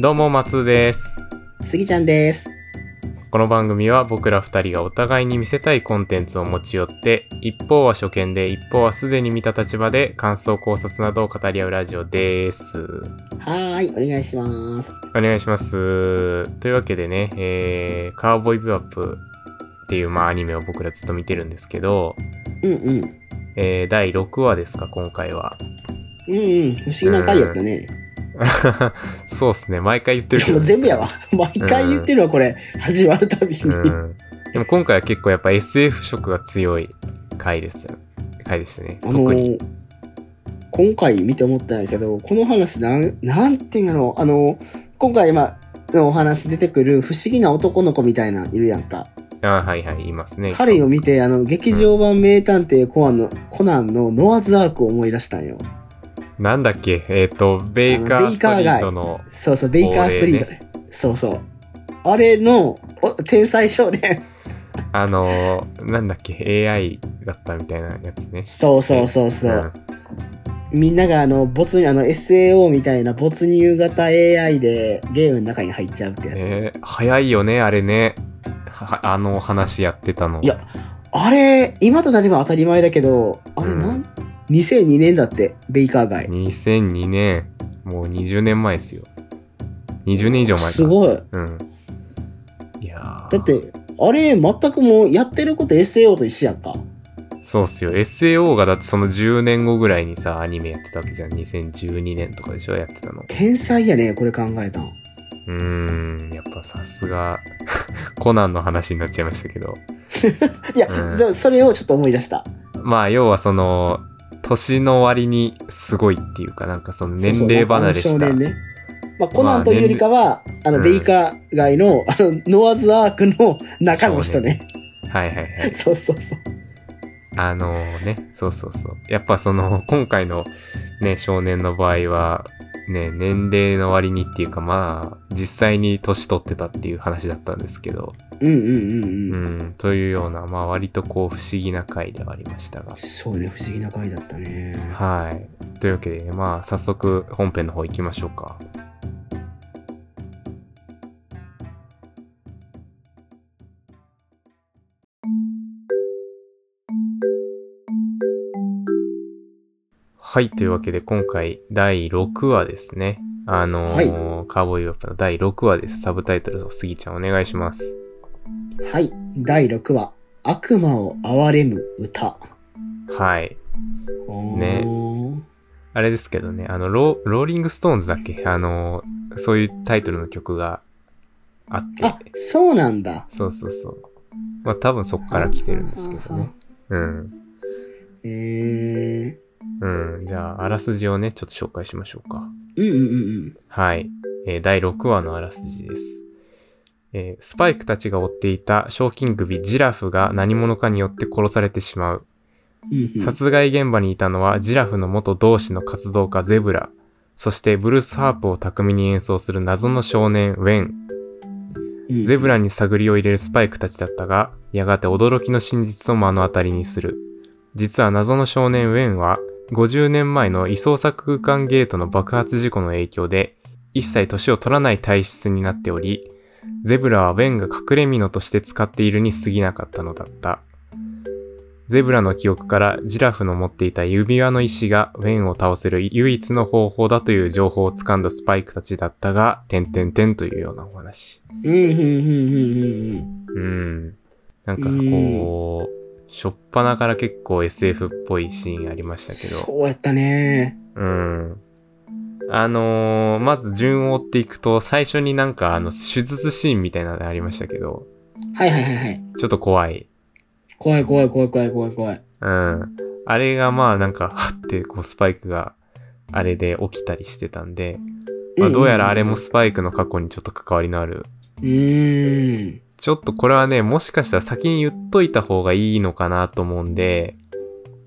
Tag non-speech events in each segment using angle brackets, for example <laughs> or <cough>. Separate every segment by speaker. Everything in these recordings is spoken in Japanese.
Speaker 1: どうも、松です。
Speaker 2: すぎちゃんです。
Speaker 1: この番組は僕ら二人がお互いに見せたいコンテンツを持ち寄って、一方は初見で、一方はすでに見た立場で感想考察などを語り合うラジオです。
Speaker 2: はーい、お願いします。
Speaker 1: お願いします。というわけでね、えー、カーボーイビバップっていう、まあ、アニメを僕らずっと見てるんですけど、
Speaker 2: うんうん。
Speaker 1: えー、第6話ですか、今回は。 <laughs>
Speaker 2: うんうん。不思議な回やったね。
Speaker 1: そうっすね、毎回言ってる
Speaker 2: で
Speaker 1: け
Speaker 2: も
Speaker 1: どね
Speaker 2: 全部やわ。毎回言ってるわ、これ。始まるたびに。
Speaker 1: うん。でも今回は結構やっぱ SF 色が強い回ですよ。回でしたね。
Speaker 2: あ
Speaker 1: 特
Speaker 2: の
Speaker 1: に。
Speaker 2: ー、今回見て思ったんやけど、この話なん、なんていうんやろう。あのー、今回今のお話出てくる不思議な男の子みたいないるやんか。
Speaker 1: あはいはい、いますね。
Speaker 2: 彼を見て、あの、劇場版名探偵コアンの、コナンのノアズアークを思い出したんよ。
Speaker 1: なんだっけえっ、と、ベイカー
Speaker 2: あのベ
Speaker 1: ス
Speaker 2: イカー
Speaker 1: ト
Speaker 2: 街
Speaker 1: リートの、
Speaker 2: そうそう、ベイカーストリートね。そうそう。あれの、お天才少年。
Speaker 1: あのー、なんだっけ ?AI だったみたいなやつね。
Speaker 2: そうそうそうそう。
Speaker 1: ん
Speaker 2: みんながあの、没入、あの、SAO みたいな没入型 AI でゲームの中に入っちゃうってやつ。
Speaker 1: えー早いよね、あれね。はあの話やってたの。
Speaker 2: いやあれ、今となっては当たり前だけど、あれ
Speaker 1: うん
Speaker 2: なん、?2002 年だって、ベイカー街。
Speaker 1: 2002年、もう20年前ですよ。20年以上前か。
Speaker 2: すごい。
Speaker 1: うん。いやー
Speaker 2: だって、あれ、全くもうやってること SAO と一緒やんか。
Speaker 1: そうっすよ。SAO がだってその10年後ぐらいにさ、アニメやってたわけじゃん。2012年とかでしょやってたの。
Speaker 2: 天才やね、これ考えたん。
Speaker 1: うーん、やっぱさすが、 <laughs> コナンの話になっちゃいましたけど。
Speaker 2: いや、
Speaker 1: うん
Speaker 2: そそれをちょっと思い出した。
Speaker 1: まあ、要はその、年の割にすごいっていうか、なんかその年齢離れし
Speaker 2: そうそう
Speaker 1: た。
Speaker 2: あの少年ね。まあ、コナンというよりかは、あ、の、
Speaker 1: うん
Speaker 2: ベイカー街の、あの、ノアズアークの中の人ね。
Speaker 1: はいはいはい。
Speaker 2: <laughs> そうそうそう。
Speaker 1: あのね、そうそうそう。やっぱその、 <laughs> 今回のね、少年の場合は、ね、年齢の割にっていうか、まあ、実際に年取ってたっていう話だったんですけど。
Speaker 2: うんうんうん
Speaker 1: う
Speaker 2: うん。
Speaker 1: ん、というような、まあ、割とこう不思議な回ではありましたが。
Speaker 2: そうね、不思議な回だったね。
Speaker 1: はい。というわけで、ね、まあ、早速本編の方行きましょうか。はい。というわけで、今回第6話ですね。あのーカーボーイウップの第6話です。サブタイトルをすぎちゃんお願いします。
Speaker 2: はい。第6話、悪魔を憐れむ歌。
Speaker 1: はい。ね
Speaker 2: おー
Speaker 1: あれですけどね、あの、ローローリングストーンズだっけあの、そういうタイトルの曲があって、
Speaker 2: あ、そうなんだ。
Speaker 1: そうそうそう。まあ多分そっから来てるんですけどね。うん。
Speaker 2: え
Speaker 1: うん。じゃあ、あらすじをね、ちょっと紹介しましょうか。
Speaker 2: ー、うんうんうん
Speaker 1: はい。えー第6話のあらすじです。えースパイクたちが追っていた賞金首ジラフが何者かによって殺されてしまう。
Speaker 2: うん。うん
Speaker 1: 殺害現場にいたのはジラフの元同志の活動家ゼブラ、そしてブルースハープを巧みに演奏する謎の少年ウェン、
Speaker 2: うん、
Speaker 1: ゼブラに探りを入れるスパイクたちだったが、やがて驚きの真実を目の当たりにする。実は謎の少年ウェンは、50年前の異創作空間ゲートの爆発事故の影響で、一切年を取らない体質になっており、ゼブラはウェンが隠れ蓑として使っているに過ぎなかったのだった。ゼブラの記憶からジラフの持っていた指輪の石がウェンを倒せる唯一の方法だという情報を掴んだスパイクたちだったが、てんてんてんというようなお話。
Speaker 2: うんうんうんうんうんうん。
Speaker 1: うん。なんかこう、しょっぱなから結構 SF っぽいシーンありましたけど。
Speaker 2: そうやったね。
Speaker 1: うん。あのー、まず順を追っていくと、最初になんかあの、手術シーンみたいなのありましたけど、
Speaker 2: はいはいはいはい。
Speaker 1: ちょっと怖い。
Speaker 2: 怖い怖い怖い怖い怖い怖い。
Speaker 1: うん。あれがまあなんか、はってこうスパイクが、あれで起きたりしてたんで、まあどうやらあれもスパイクの過去にちょっと関わりのある
Speaker 2: うーん。
Speaker 1: ちょっとこれはね、もしかしたら先に言っといた方がいいのかなと思うんで、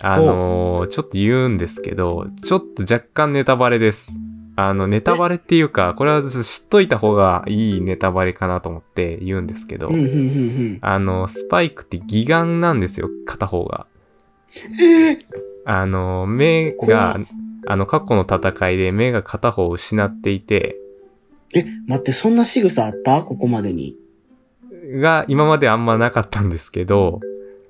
Speaker 1: あのーちょっと言うんですけど、ちょっと若干ネタバレです。あの、ネタバレっていうか、これはちょっと知っといた方がいいネタバレかなと思って言うんですけど、
Speaker 2: うんうんうん
Speaker 1: あの、スパイクって義眼なんですよ、片方が。
Speaker 2: うん。えー、
Speaker 1: あの、目
Speaker 2: 怖
Speaker 1: が
Speaker 2: っ、
Speaker 1: あの、過去の戦いで目が片方を失っていて、
Speaker 2: え、待って、そんな仕草あったここまでに。
Speaker 1: が今まであんまなかったんですけど、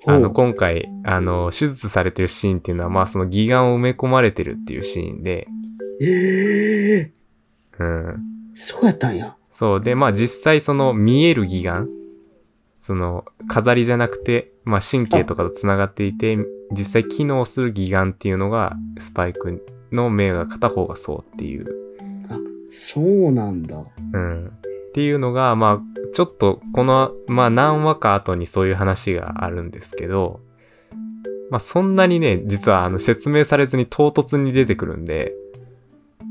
Speaker 1: あの、
Speaker 2: ほう
Speaker 1: 今回、あの、手術されてるシーンっていうのは、まあその義眼を埋め込まれてるっていうシーンで、
Speaker 2: ええ
Speaker 1: うん。
Speaker 2: そうやったんや。
Speaker 1: そう。で、まあ実際その見える義眼、その飾りじゃなくて、まあ神経とかと繋がっていて、実際機能する義眼っていうのが、スパイクの目が片方がそうっていう、
Speaker 2: そうなんだ。
Speaker 1: うん。っていうのが、まあ、ちょっとこの、まあ何話か後にそういう話があるんですけど、まあそんなにね、実はあの説明されずに唐突に出てくるんで、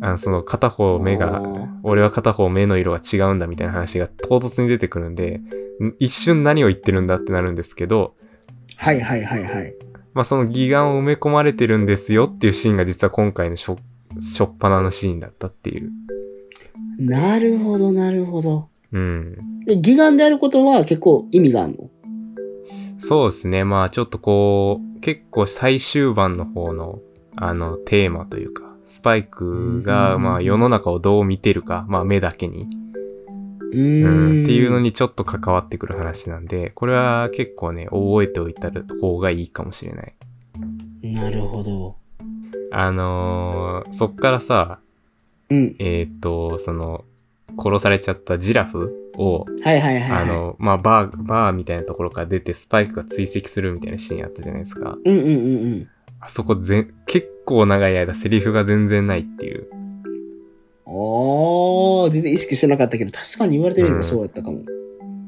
Speaker 1: あのその片方目が
Speaker 2: あー
Speaker 1: 俺は片方目の色が違うんだみたいな話が唐突に出てくるんで、ん一瞬何を言ってるんだってなるんですけど、
Speaker 2: はいはいはいはい。
Speaker 1: まあその義眼を埋め込まれてるんですよっていうシーンが実は今回のしょ、しょっぱなのシーンだったっていう。
Speaker 2: なるほどなるほど。
Speaker 1: うん。
Speaker 2: で、義眼であることは結構意味があるの
Speaker 1: そうですね。まあちょっとこう、結構最終盤の方の、あの、テーマというか、スパイクが、
Speaker 2: うん
Speaker 1: まあ世の中をどう見てるか、まあ目だけに、
Speaker 2: うー
Speaker 1: うん
Speaker 2: ん。
Speaker 1: っていうのにちょっと関わってくる話なんで、これは結構ね、覚えておいた方がいいかもしれない。
Speaker 2: なるほど。
Speaker 1: あのーそっからさ、
Speaker 2: うん。
Speaker 1: えーっ、と、その、殺されちゃったジラフを、
Speaker 2: はいはいはい、はい。
Speaker 1: あ、の、まあ、バー、バーみたいなところから出てスパイクが追跡するみたいなシーンあったじゃないですか。
Speaker 2: うんうんうんうん。
Speaker 1: あそこ全、結構長い間セリフが全然ないっていう。
Speaker 2: おー、全然意識してなかったけど、確かに言われてみればそうやったかも。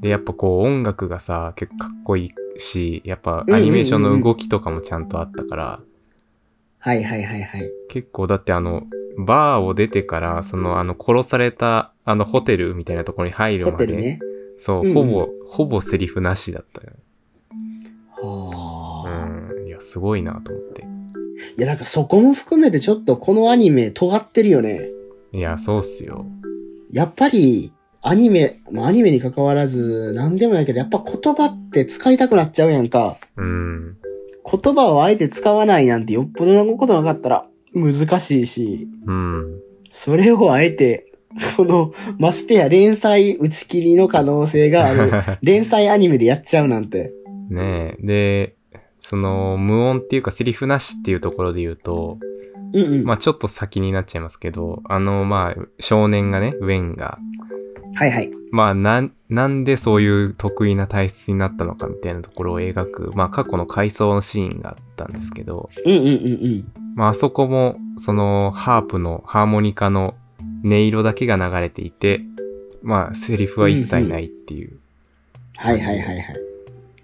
Speaker 1: で、やっぱこう音楽がさ、結構かっこいいし、やっぱ
Speaker 2: うんうんうんうん
Speaker 1: アニメーションの動きとかもちゃんとあったから、
Speaker 2: はいはいはいはい。
Speaker 1: 結構だってあの、バーを出てから、そのあの殺されたあのホテルみたいなところに入る
Speaker 2: ホ
Speaker 1: ま
Speaker 2: テ
Speaker 1: で、
Speaker 2: ルね。
Speaker 1: そう、
Speaker 2: うんうん
Speaker 1: ほぼ、ほぼセリフなしだったよ。
Speaker 2: は
Speaker 1: う
Speaker 2: あ、
Speaker 1: ん。いや、すごいなと思って。
Speaker 2: いやなんかそこも含めてちょっとこのアニメ尖ってるよね。
Speaker 1: いや、そうっすよ。
Speaker 2: やっぱりアニメ、まあ、アニメに関わらず何でもやけど、やっぱ言葉って使いたくなっちゃうやんか。
Speaker 1: うん。
Speaker 2: 言葉をあえて使わないなんてよっぽどのことなかったら難しいし、
Speaker 1: うん。
Speaker 2: それをあえて、この、ましてや連載打ち切りの可能性があ <laughs> る連載アニメでやっちゃうなんて。
Speaker 1: <laughs> ねえ。で、その、無音っていうかセリフなしっていうところで言うと、
Speaker 2: うんうん。
Speaker 1: まあちょっと先になっちゃいますけど、あの、まあ少年がね、ウェンが、
Speaker 2: はいはい。
Speaker 1: まあなん、なんでそういう得意な体質になったのかみたいなところを描く、まあ過去の回想のシーンがあったんですけど、
Speaker 2: うんうんうんうん。
Speaker 1: まあ、あそこも、その、ハープの、ハーモニカの音色だけが流れていて、まあ、セリフは一切ないっていう。
Speaker 2: はいはいはいはい。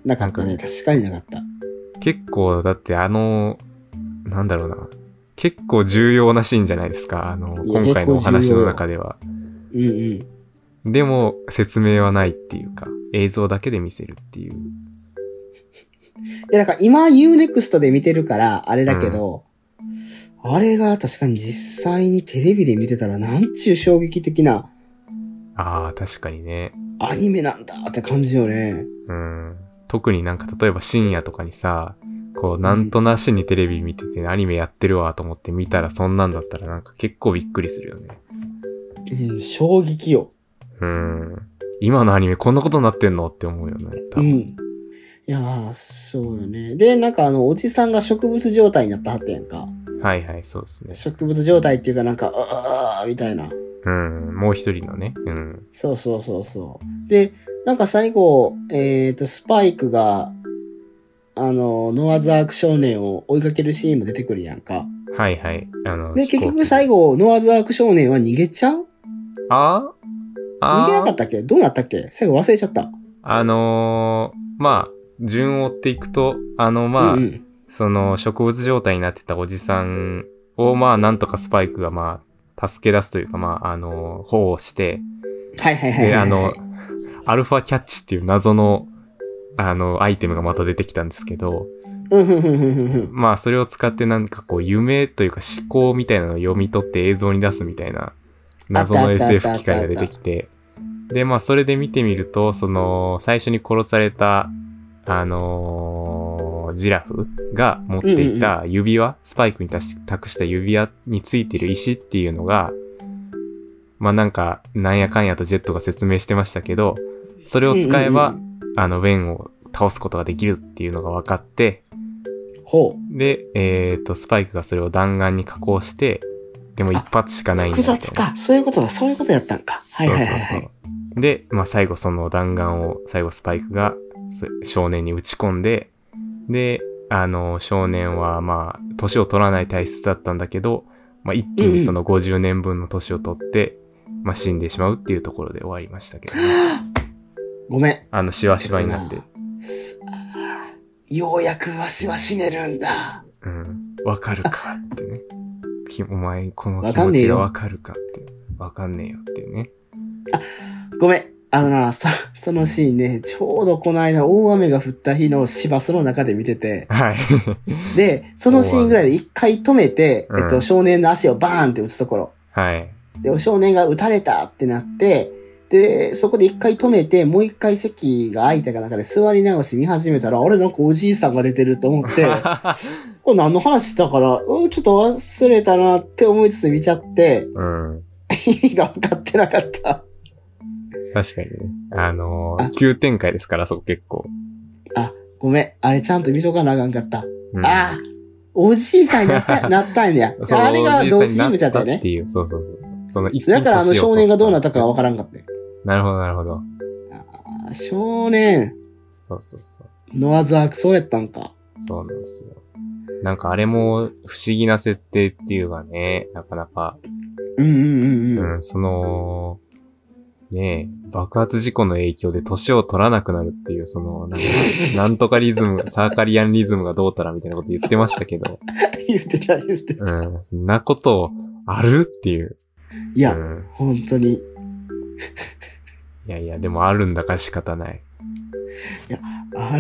Speaker 2: なかったね。確かになかった。
Speaker 1: 結構、だってあの、なんだろうな。結構重要なシーンじゃないですか。あの、
Speaker 2: いや
Speaker 1: 今回のお話
Speaker 2: 結構重
Speaker 1: の
Speaker 2: 要
Speaker 1: 中では。
Speaker 2: うんうん。
Speaker 1: でも、説明はないっていうか、映像だけで見せるっていう。
Speaker 2: いや、だから今 UNEXT で見てるから、あれだけど、あれが確かに実際にテレビで見てたら、なんちゅう衝撃的な
Speaker 1: ああ、確かにね。
Speaker 2: アニメなんだって感じよね。
Speaker 1: うん。特になんか、例えば深夜とかにさ、こう、なんとなしにテレビ見てて、アニメやってるわと思って見たら、そんなんだったらなんか結構びっくりするよね。
Speaker 2: うん、衝撃よ。
Speaker 1: うん。今のアニメこんなことになってんのって思うよね。多
Speaker 2: う
Speaker 1: 分
Speaker 2: ん。いやー、そうよね。で、なんかあの、おじさんが植物状態になったはったやんか。
Speaker 1: はいはい、そうですね。
Speaker 2: 植物状態っていうかなんか、あー、みたいな。
Speaker 1: うん。もう一人のね。うん。
Speaker 2: そうそうそうそう。で、なんか最後、えっ、と、スパイクが、あの、ノアズアーク少年を追いかけるシーンも出てくるやんか。
Speaker 1: はいはい。あの、
Speaker 2: で、
Speaker 1: 飛行
Speaker 2: 結
Speaker 1: 機
Speaker 2: 局最。後、ノアズアーク少年は逃げちゃう
Speaker 1: あああ
Speaker 2: 逃げなか
Speaker 1: あ
Speaker 2: ったっけどうなったっけ最後忘れちゃった。
Speaker 1: あのー、まあ、順を追っていくと、あの、まあ、
Speaker 2: うんうん
Speaker 1: その植物状態になってたおじさんを、まあ、なんとかスパイクが、まあ、助け出すというか、まあ、あのー、保護して、
Speaker 2: はいはいはいはい
Speaker 1: で、
Speaker 2: はい。
Speaker 1: あの、アルファキャッチっていう謎の、あの、アイテムがまた出てきたんですけど、
Speaker 2: うんうんうんうんうんうん。
Speaker 1: まあそれを使ってなんかこう夢というか思考みたいなのを読み取って映像に出すみたいな謎
Speaker 2: あ
Speaker 1: の
Speaker 2: ったあった
Speaker 1: SF
Speaker 2: あった
Speaker 1: 機械が出てきてでまあそれで見てみるとその最初に殺されたあのージラフが持っていた指輪、スパイクに託し託した指輪についてる石っていうのがまあなんか、なんやかんやとジェットが説明してましたけど、それを使えば、
Speaker 2: うんうんうん
Speaker 1: あの、ウェンを倒すことができるっていうのが分かって、
Speaker 2: ほ
Speaker 1: で、えっ、と、スパイクがそれを弾丸に加工して、でも一発しかな
Speaker 2: う。
Speaker 1: いんだ
Speaker 2: 複
Speaker 1: みたいな
Speaker 2: 雑か。そういうことだ。そういうことやったんか。はいはいはいは
Speaker 1: そうそう
Speaker 2: い。
Speaker 1: そう。で、まあ最後その弾丸を、最後スパイクがそ少年に打ち込んで、で、あの、少年はまあ、年を取らない体質だったんだけど、まあ一気にその50年分の年を取って、まあ死んでしまうっていうところで終わりましたけど、ね、
Speaker 2: <laughs> ごめん。
Speaker 1: あの、しわしわになって。
Speaker 2: すあーようやくわしは死ねるんだ。
Speaker 1: うん。わかるかってね。きお前、この
Speaker 2: わ
Speaker 1: 気
Speaker 2: か
Speaker 1: 持
Speaker 2: んねえ
Speaker 1: ち
Speaker 2: よ
Speaker 1: がわかるかって。わかんねえよっていうね。
Speaker 2: ごめん。あのな、そ、そのシーンね、ちょうどこの間大雨が降った日のバスの中で見てて、
Speaker 1: はい。 <laughs>
Speaker 2: で、そのシーンぐらいで一回止めて、
Speaker 1: うん
Speaker 2: えっと、少年の足をバーンって打つところ。
Speaker 1: はい。
Speaker 2: で、少年が撃たれたってなって、で、そこで一回止めて、もう一回席が空いたかなんかで座り直して見始めたら、あれなんかおじいさんが出てると
Speaker 1: <laughs>
Speaker 2: 思って、これ何の話したから、うん、ちょっと忘れたなって思いつつ見ちゃって、
Speaker 1: うん。
Speaker 2: 意味が分かってなかった。
Speaker 1: 確かにね。あの
Speaker 2: あ
Speaker 1: ー、急展開ですから、そこ結構。
Speaker 2: あ、ごめん。あれちゃんと見とかなあかんかった。
Speaker 1: うん
Speaker 2: ああ、おじいさんに
Speaker 1: <laughs>
Speaker 2: なった、なったんや。
Speaker 1: そう
Speaker 2: あれが同
Speaker 1: 実際
Speaker 2: 時人
Speaker 1: にな
Speaker 2: 物だったよ
Speaker 1: っ
Speaker 2: ね
Speaker 1: て。いう、そうそうそう。その一気に
Speaker 2: だからあの
Speaker 1: 年を
Speaker 2: 少
Speaker 1: 取
Speaker 2: 年がどうなったかは分からんかったよ。
Speaker 1: なるほど、なるほど。
Speaker 2: あ少年、
Speaker 1: そうそうそう。
Speaker 2: ノアザークそうやったんか。
Speaker 1: そうなんですよ。なんかあれも不思議な設定っていうかね、なかなか。
Speaker 2: うんうんうんうん。
Speaker 1: うん、その、ねえ、爆発事故の影響で年を取らなくなるっていう、その、
Speaker 2: <laughs>
Speaker 1: なんかなんとかリズム、サーカリアンリズムがどうたらみたいなこと言ってましたけど、
Speaker 2: 言ってた言ってた。
Speaker 1: うん、そんなことあるっていう。
Speaker 2: いうや、
Speaker 1: ん
Speaker 2: 本当に。
Speaker 1: いやいや、でもあるんだから仕方ない。
Speaker 2: あ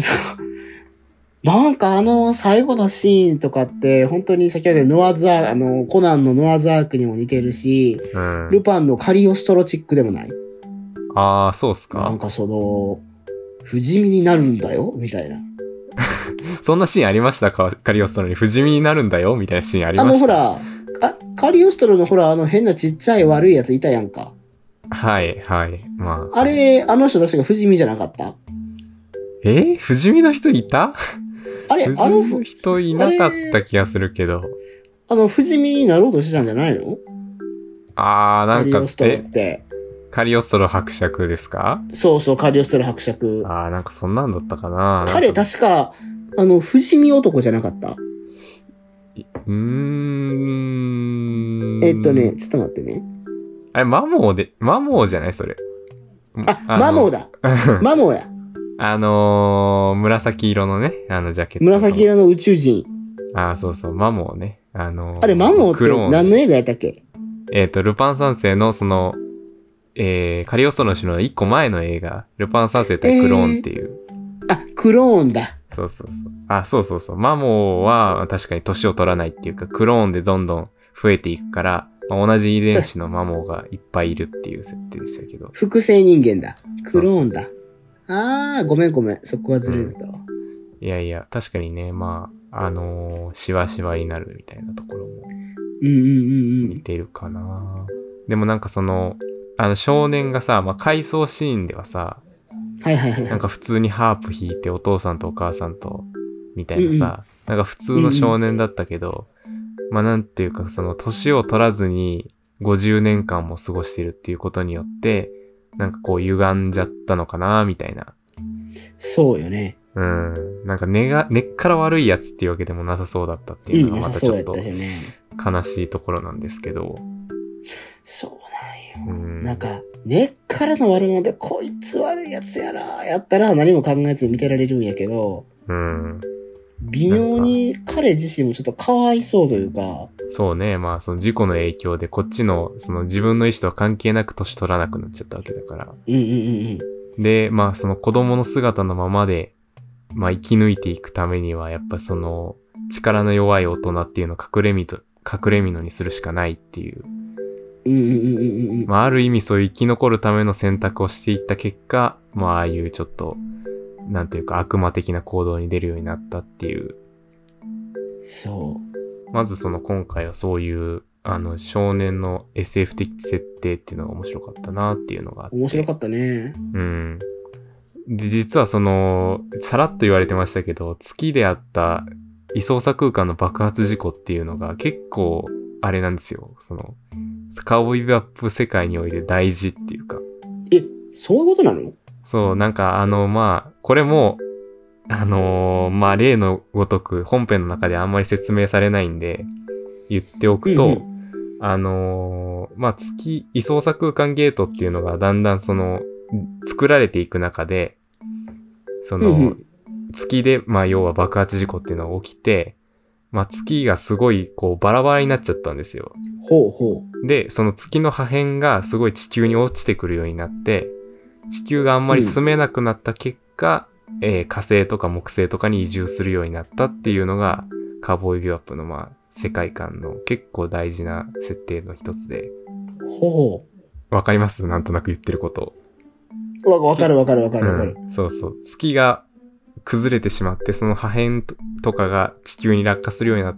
Speaker 2: の、なんかあの最後のシーンとかって、本当に先ほどノアザーク、あの、コナンのノアザークにも似てるし、
Speaker 1: うん。
Speaker 2: ルパンのカリオストロチックでもない。
Speaker 1: ああ、そうっす
Speaker 2: な
Speaker 1: か
Speaker 2: ん。かその、不死身になるんだよみたいな。
Speaker 1: そんなシーンありましたかカリオストロに不死身になるんだよみたいなシーンあり
Speaker 2: あ
Speaker 1: ま
Speaker 2: の
Speaker 1: し
Speaker 2: ほ
Speaker 1: た。
Speaker 2: ら、あカリオストロのほら、あの変なちっちゃい悪いやついたやんか。
Speaker 1: はい、はい。まあ。
Speaker 2: あれ、あの人確か不死身じゃなかった
Speaker 1: えー不死身の人いた
Speaker 2: あれ、
Speaker 1: 不
Speaker 2: あ
Speaker 1: 死身
Speaker 2: の
Speaker 1: の、人いなかった気がするけど。
Speaker 2: あの、不死身になろうとしてたんじゃないの
Speaker 1: ああ、な
Speaker 2: カ
Speaker 1: ん
Speaker 2: リ
Speaker 1: か
Speaker 2: オス、トロっ
Speaker 1: え、
Speaker 2: て。
Speaker 1: カリオストロ伯爵ですか
Speaker 2: そうそう、カリオストロ伯爵。
Speaker 1: ああ、なんかそんなんだったかな。
Speaker 2: 彼
Speaker 1: なんか
Speaker 2: 確か、あの、不死身男じゃなかった。
Speaker 1: うーん。
Speaker 2: えっとね、。ちょっと待ってね。
Speaker 1: あれ、マモーで、マモーじゃないそれ。
Speaker 2: あ、マモー
Speaker 1: だ。 <laughs>
Speaker 2: だ。マモーや。
Speaker 1: あのー、紫色のね、あのジャケット。
Speaker 2: 紫色の宇宙人。
Speaker 1: ああ、そうそう、マモーね。あのー
Speaker 2: あれ、マモーっ
Speaker 1: クロー
Speaker 2: て
Speaker 1: ン
Speaker 2: 何の映画やったっけ
Speaker 1: えっ、と、ルパン三世のその、えー、カリオストロの城の一個前の映画、ルパン三世対クローンっていう。
Speaker 2: あ、クローンだ。
Speaker 1: そうそうそう。あ、そうそうそう。マモーは確かに年を取らないっていうか、クローンでどんどん増えていくから、まあ同じ遺伝子のマモーがいっぱいいるっていう設定でしたけど。
Speaker 2: 複製人間だ。クローンだ。あー、ごめんごめん。そこはずれてたわ。
Speaker 1: いやいや、確かにね、まあ、あのー、しわしわになるみたいなところも。
Speaker 2: うんうんうんう
Speaker 1: 似
Speaker 2: ん。
Speaker 1: てるかな、でもなんかそのあの少年がさ、まあ、回想シーンではさ
Speaker 2: はいはいはい。
Speaker 1: <laughs> なんか普通にハープ弾いてお父さんとお母さんとみたいなさ、なんか普通の少年だったけど、まあなんていうかその年を取らずに50年間も過ごしてるっていうことによってなんかこう歪んじゃったのかなみたいな。
Speaker 2: そうよね。
Speaker 1: うん。なんか根が、根っから悪いやつっていうわけでもなさそうだったって
Speaker 2: う
Speaker 1: い
Speaker 2: ん
Speaker 1: う、の
Speaker 2: な
Speaker 1: がま
Speaker 2: さ
Speaker 1: たち
Speaker 2: そう
Speaker 1: ょ
Speaker 2: や
Speaker 1: っ
Speaker 2: っ
Speaker 1: と
Speaker 2: たよね。
Speaker 1: 悲しいところなんですけど。
Speaker 2: そうなんよ。
Speaker 1: うん。
Speaker 2: なんか、根っからの悪者で、こいつ悪いやつやなやったら何も考えずに見てられるんやけど、
Speaker 1: うん。
Speaker 2: 微妙に彼自身もちょっとかわいそうというか、
Speaker 1: そうね。まあ、その事故の影響で、こっちの、その自分の意思とは関係なく年取らなくなっちゃったわけだから。
Speaker 2: うんうんうん
Speaker 1: で、まあ、その子供の姿のままで、まあ、生き抜いていくためには、やっぱその、力の弱い大人っていうのを隠れみと、隠れみのにするしかないっていう。
Speaker 2: うん。うんうんうんうんうんうん。
Speaker 1: まあ、ある意味そういう生き残るための選択をしていった結果、まあ、ああいうちょっと、なんていうか悪魔的な行動に出るようになったっていう
Speaker 2: そう。
Speaker 1: まずその今回はそういう、あの、少年の SF 的設定っていうのが面白かったなっていうのがあって。
Speaker 2: 面白かったね。
Speaker 1: うん。で、実はその、さらっと言われてましたけど、月であった異操作空間の爆発事故っていうのが結構、あれなんですよ。その、カウボーイビバップ世界において大事っていうか。
Speaker 2: え、そういうことなの
Speaker 1: そう、なんかあの、まあ、これも、あのーまあ、例のごとく本編の中であんまり説明されないんで、言っておくと、
Speaker 2: うんう
Speaker 1: あのーまあ、月、異操作空間ゲートっていうのがだんだんその、作られていく中で、その、
Speaker 2: うんうん
Speaker 1: 月で、まあ、要は爆発事故っていうのが起きて、まあ、月がすごい、こう、バラバラになっちゃったんですよ。
Speaker 2: ほうほ
Speaker 1: で、その月の破片がすごい地球に落ちてくるようになって、地球があんまり住めなくなった結果、えー火星とか木星とかに移住するようになったっていうのが、カーボーイビューアップのまあ、世界観の結構大事な設定の一つで。
Speaker 2: う。ほ
Speaker 1: わかりますなんとなく言ってること。
Speaker 2: う。わわかるわかるわかるわかる。
Speaker 1: うん、そうそう。月が崩れてしまって、その破片ととかが地球に落下するようになっ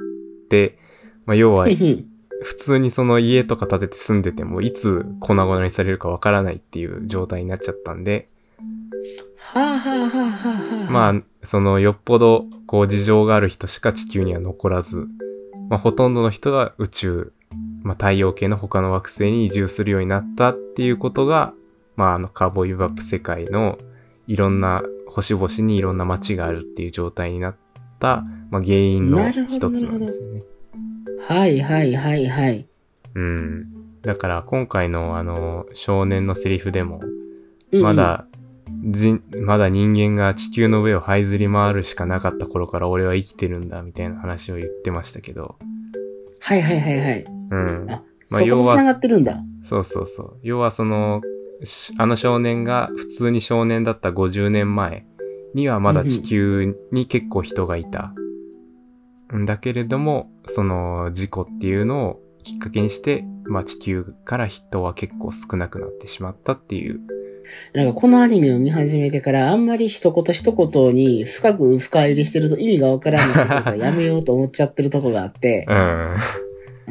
Speaker 1: て、まあ、要は
Speaker 2: ふんふん
Speaker 1: 普通にその家とか建てて住んでてもいつ粉々にされるかわからないっていう状態になっちゃったんで、
Speaker 2: はあはあはあはあはあ。
Speaker 1: まあ、そのよっぽどこう事情がある人しか地球には残らず、まあほとんどの人が宇宙、まあ太陽系の他の惑星に移住するようになったっていうことが、まああのカーボーイビバップ世界のいろんな星々にいろんな街があるっていう状態になった、まあ原因の
Speaker 2: なるほど
Speaker 1: 一つなんですよね。
Speaker 2: はいはいはいはい。
Speaker 1: うん。だから今回のあの少年のセリフでも、
Speaker 2: うんうん
Speaker 1: ま。だ、人、まだ人間が地球の上を這いずり回るしかなかった頃から俺は生きてるんだみたいな話を言ってましたけど。
Speaker 2: はいはいはいはい。
Speaker 1: うん。
Speaker 2: あ、
Speaker 1: まあ
Speaker 2: そこと
Speaker 1: 要は
Speaker 2: 繋がってるんだ。
Speaker 1: そうそうそう。要はその、しあの少年が普通に少年だった50年前にはまだ地球に結構人がいた。んだけれども、その事故っていうのをきっかけにして、まあ地球から人は結構少なくなってしまったっていう。
Speaker 2: なんかこのアニメを見始めてからあんまり一言一言に深く深入りしてると意味がわからないからやめようと思っちゃってるとこがあって。
Speaker 1: う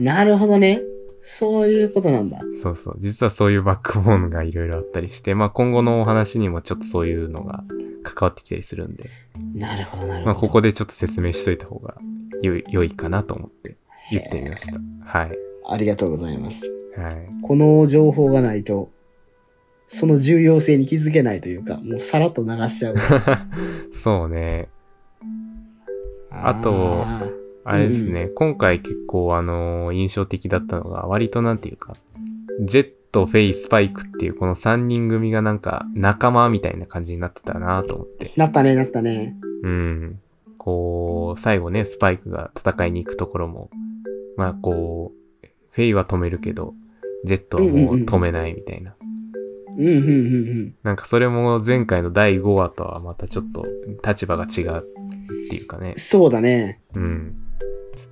Speaker 1: ん。
Speaker 2: なるほどね。そういうことなんだ。
Speaker 1: そうそう。実はそういうバックボーンがいろいろあったりして、まあ今後のお話にもちょっとそういうのが関わってきたりするんで、
Speaker 2: なるほどなるほど。
Speaker 1: まあここでちょっと説明しといた方が良い良いかなと思って言ってみました。はい。
Speaker 2: ありがとうございます。
Speaker 1: はい。 <laughs>
Speaker 2: この情報がないと、その重要性に気づけないというか、もうさらっと流しちゃう。
Speaker 1: そうね。 <laughs> あと
Speaker 2: あー
Speaker 1: あれですね。今回結構あのー印象的だったのが、割となんていうか、ジェット、フェイ、スパイクっていうこの3人組がなんか仲間みたいな感じになってたなと思って。
Speaker 2: なったね、なったね。
Speaker 1: うん。こう、最後ね、スパイクが戦いに行くところも、まあこう、フェイは止めるけど、ジェットはもう止めないみたいな。
Speaker 2: うん、うん、うん、
Speaker 1: なんかそれも前回の第5話とはまたちょっと立場が違うっていうかね
Speaker 2: うん。。そうだね。
Speaker 1: うん。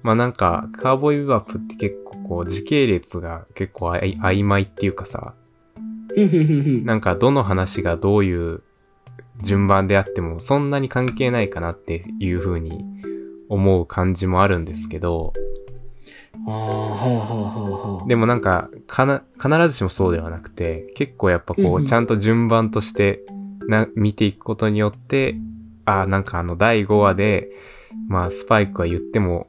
Speaker 1: まあなんか、カーボーイビバップって結構こう、時系列が結構あい曖昧っていうかさ、
Speaker 2: うん、うん、うん、
Speaker 1: なんかどの話がどういう順番であってもそんなに関係ないかなっていう風に思う感じもあるんですけど、
Speaker 2: うん。ああ、はあ、はあ、はあ、はあ。
Speaker 1: でもなんかかな必ずしもそうではなくて、結構やっぱこ
Speaker 2: うんう
Speaker 1: うんちゃんと順番としてな見ていくことによって、ああ、なんかあの第5話で、まあスパイクは言っても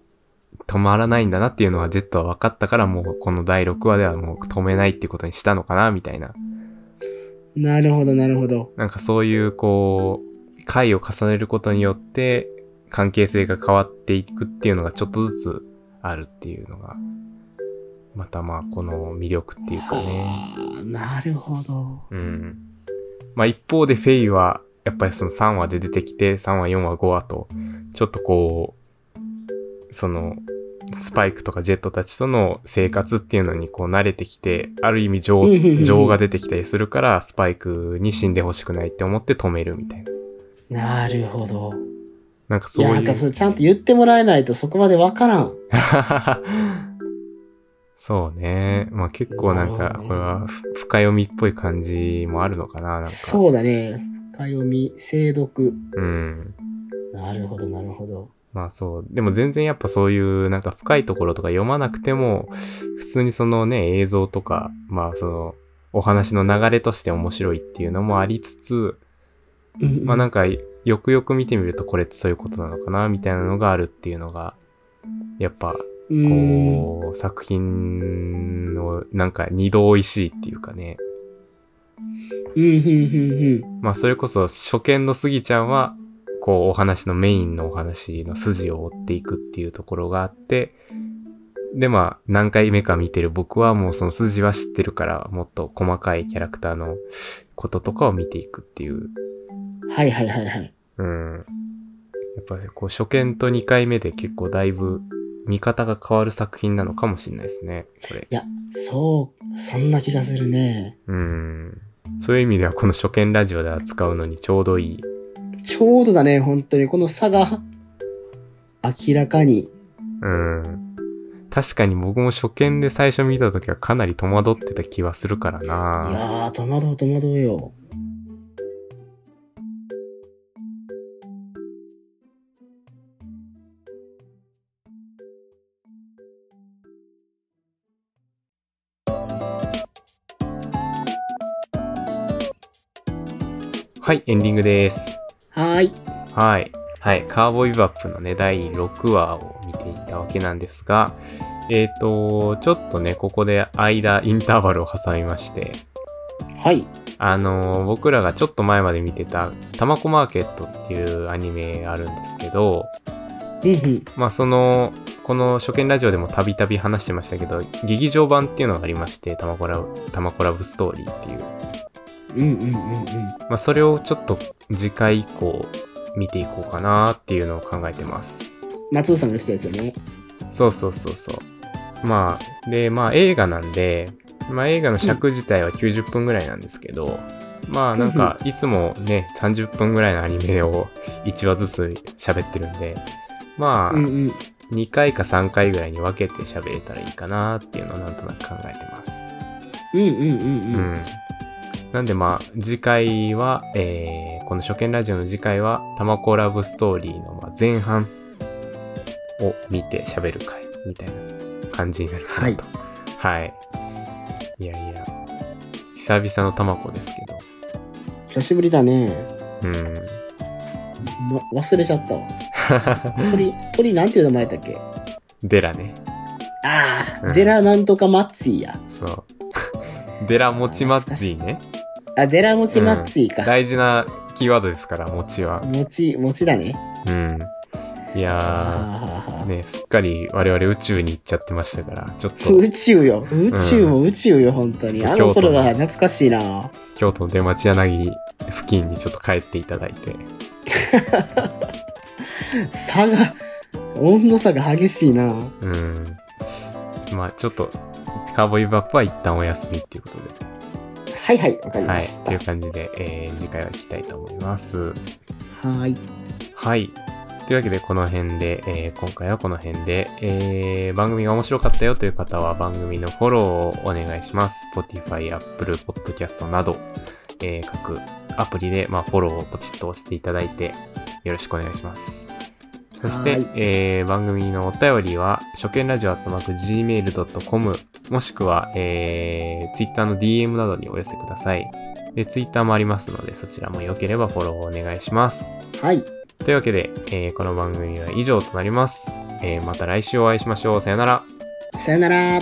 Speaker 1: 止まらないんだなっていうのはジェットは分かったからもうこの第6話ではもう止めないってことにしたのかなみたいな
Speaker 2: なるほど、なるほど。
Speaker 1: なんかそういうこう、回を重ねることによって、関係性が変わっていくっていうのがちょっとずつあるっていうのが、またまあこの魅力っていうかね。
Speaker 2: はあなるほど。
Speaker 1: うん。まあ一方でフェイは、やっぱりその3話で出てきて、3話、4話、5話と、ちょっとこう、その、スパイクとかジェットたちとの生活っていうのにこう慣れてきて、ある意味情
Speaker 2: うんうんうん
Speaker 1: 情が出てきたりするから、スパイクに死んでほしくないって思って止めるみたいな。
Speaker 2: なるほど。
Speaker 1: なんか
Speaker 2: い
Speaker 1: そう
Speaker 2: や、
Speaker 1: いう。
Speaker 2: なんかそれちゃんと言ってもらえないとそこまでわからん。
Speaker 1: <laughs> そうね。まあ結構なん
Speaker 2: なる
Speaker 1: か、
Speaker 2: ほどね
Speaker 1: これはふ深読みっぽい感じもあるのかな、なんか。う。
Speaker 2: そうだね。深読み、精読。
Speaker 1: ん。
Speaker 2: なるほど、なるほど。
Speaker 1: まあそう。でも全然やっぱそういうなんか深いところとか読まなくても、普通にそのね、映像とか、まあその、お話の流れとして面白いっていうのもありつつ、
Speaker 2: うん
Speaker 1: まあなんか、よくよく見てみるとこれってそういうことなのかな、みたいなのがあるっていうのが、やっぱ、
Speaker 2: うん
Speaker 1: こう、作品のなんか二度美味しいっていうかね。
Speaker 2: うんうんうんうん
Speaker 1: まあそれこそ初見のスギちゃんは、こうお話のメインのお話の筋を追っていくっていうところがあって、でまあ何回目か見てる僕はもうその筋は知ってるから、もっと細かいキャラクターのこととかを見ていくっていう。
Speaker 2: はいはいはいはい。
Speaker 1: うん。やっぱりこう初見と2回目で結構だいぶ見方が変わる作品なのかもしれないですね、これ。
Speaker 2: そう、そんな気がするね。
Speaker 1: うん。そういう意味ではこの初見ラジオで扱うのにちょうどいい。
Speaker 2: ちょうどだね、本当に。この差が、明らかに。
Speaker 1: うん。確かに僕も初見で最初見た時はかなり戸惑ってた気はするから
Speaker 2: い
Speaker 1: な
Speaker 2: やー、戸惑う戸惑うよ。
Speaker 1: はい、エンディングです。
Speaker 2: はーい。
Speaker 1: はい。はい。カーボーイビバップのね、第6話を見ていたわけなんですが、えっ、と、ちょっとね、ここで間、インターバルを挟みまして、
Speaker 2: はい。
Speaker 1: あのー僕らがちょっと前まで見てた、タマコマーケットっていうアニメあるんですけど、
Speaker 2: うんうん。
Speaker 1: まあその、この初見ラジオでもたびたび話してましたけど、劇場版っていうのがありまして、タマコラブ、タマコラブストーリーっていう。
Speaker 2: うんうんうんうん。
Speaker 1: まあそれをちょっと次回以降見ていこうかなっていうのを考えてます。
Speaker 2: 松尾さんが言ってたやつよね。
Speaker 1: そうそうそうそう。まあ、で、まあ映画なんで、まあ映画の尺自体は90分ぐらいなんですけど、まあなんかいつもね、30分ぐらいのアニメを1話ずつ喋ってるんで、まあ、
Speaker 2: うんうん。
Speaker 1: 2回か3回ぐらいに分けて喋れたらいいかなっていうのをなんとなく考えてます。
Speaker 2: うんうんうん
Speaker 1: う
Speaker 2: うん。
Speaker 1: ん。なんでまあ、次回は、えー、この初見ラジオの次回は、タマコラブストーリーのまあ前半を見て喋る回みたいな感じになるかなと。はい。い、やいや、久々のタマコですけど。
Speaker 2: 久しぶりだね。
Speaker 1: うん。
Speaker 2: ま、忘れちゃったわ。 <laughs> 鳥、鳥なんていう名前だっけ
Speaker 1: デラね。
Speaker 2: ああ、
Speaker 1: うん
Speaker 2: デラなんとかマッツィや。
Speaker 1: そう。 <laughs> デラモチマッツィね。
Speaker 2: あ、デラモチマッツィか。
Speaker 1: 大事なキーワードですから、モチは。
Speaker 2: モチ、モチだね。
Speaker 1: うん。いや
Speaker 2: あ
Speaker 1: ー、
Speaker 2: あ、
Speaker 1: ね、すっかり我々宇宙に行っちゃってましたから、ちょっと
Speaker 2: 宇宙よ。宇宙も宇宙よ、本当に。あの頃が懐かしいな。
Speaker 1: 京都の出町柳付近にちょっと帰っていただいて。
Speaker 2: 差が、温度差が激しいな。
Speaker 1: うん。まあちょっと、カーボーイビバップは一旦お休みっていうことで。
Speaker 2: はいはい、わかり
Speaker 1: は
Speaker 2: ま
Speaker 1: い。
Speaker 2: し
Speaker 1: と
Speaker 2: た。
Speaker 1: いう
Speaker 2: は
Speaker 1: 感じで、えー次回は行きたいと思います。
Speaker 2: ーい。
Speaker 1: はい。というわけで、この辺で、えー今回はこの辺で、えー番組が面白かったよという方は番組のフォローをお願いします。Spotify、Apple、Podcast など、えー各アプリで、まあ、フォローをポチッと押していただいて、よろしくお願いします。そして
Speaker 2: はい、
Speaker 1: えー番組のお便りは、初見ラジオアットマーク gmail.com、もしくは、えー Twitter の DM などにお寄せください。で、Twitter もありますので、そちらも良ければフォローをお願いします。
Speaker 2: はい。
Speaker 1: というわけで、えーこの番組は以上となります。えーまた来週お会いしましょう。さよなら。
Speaker 2: さよなら。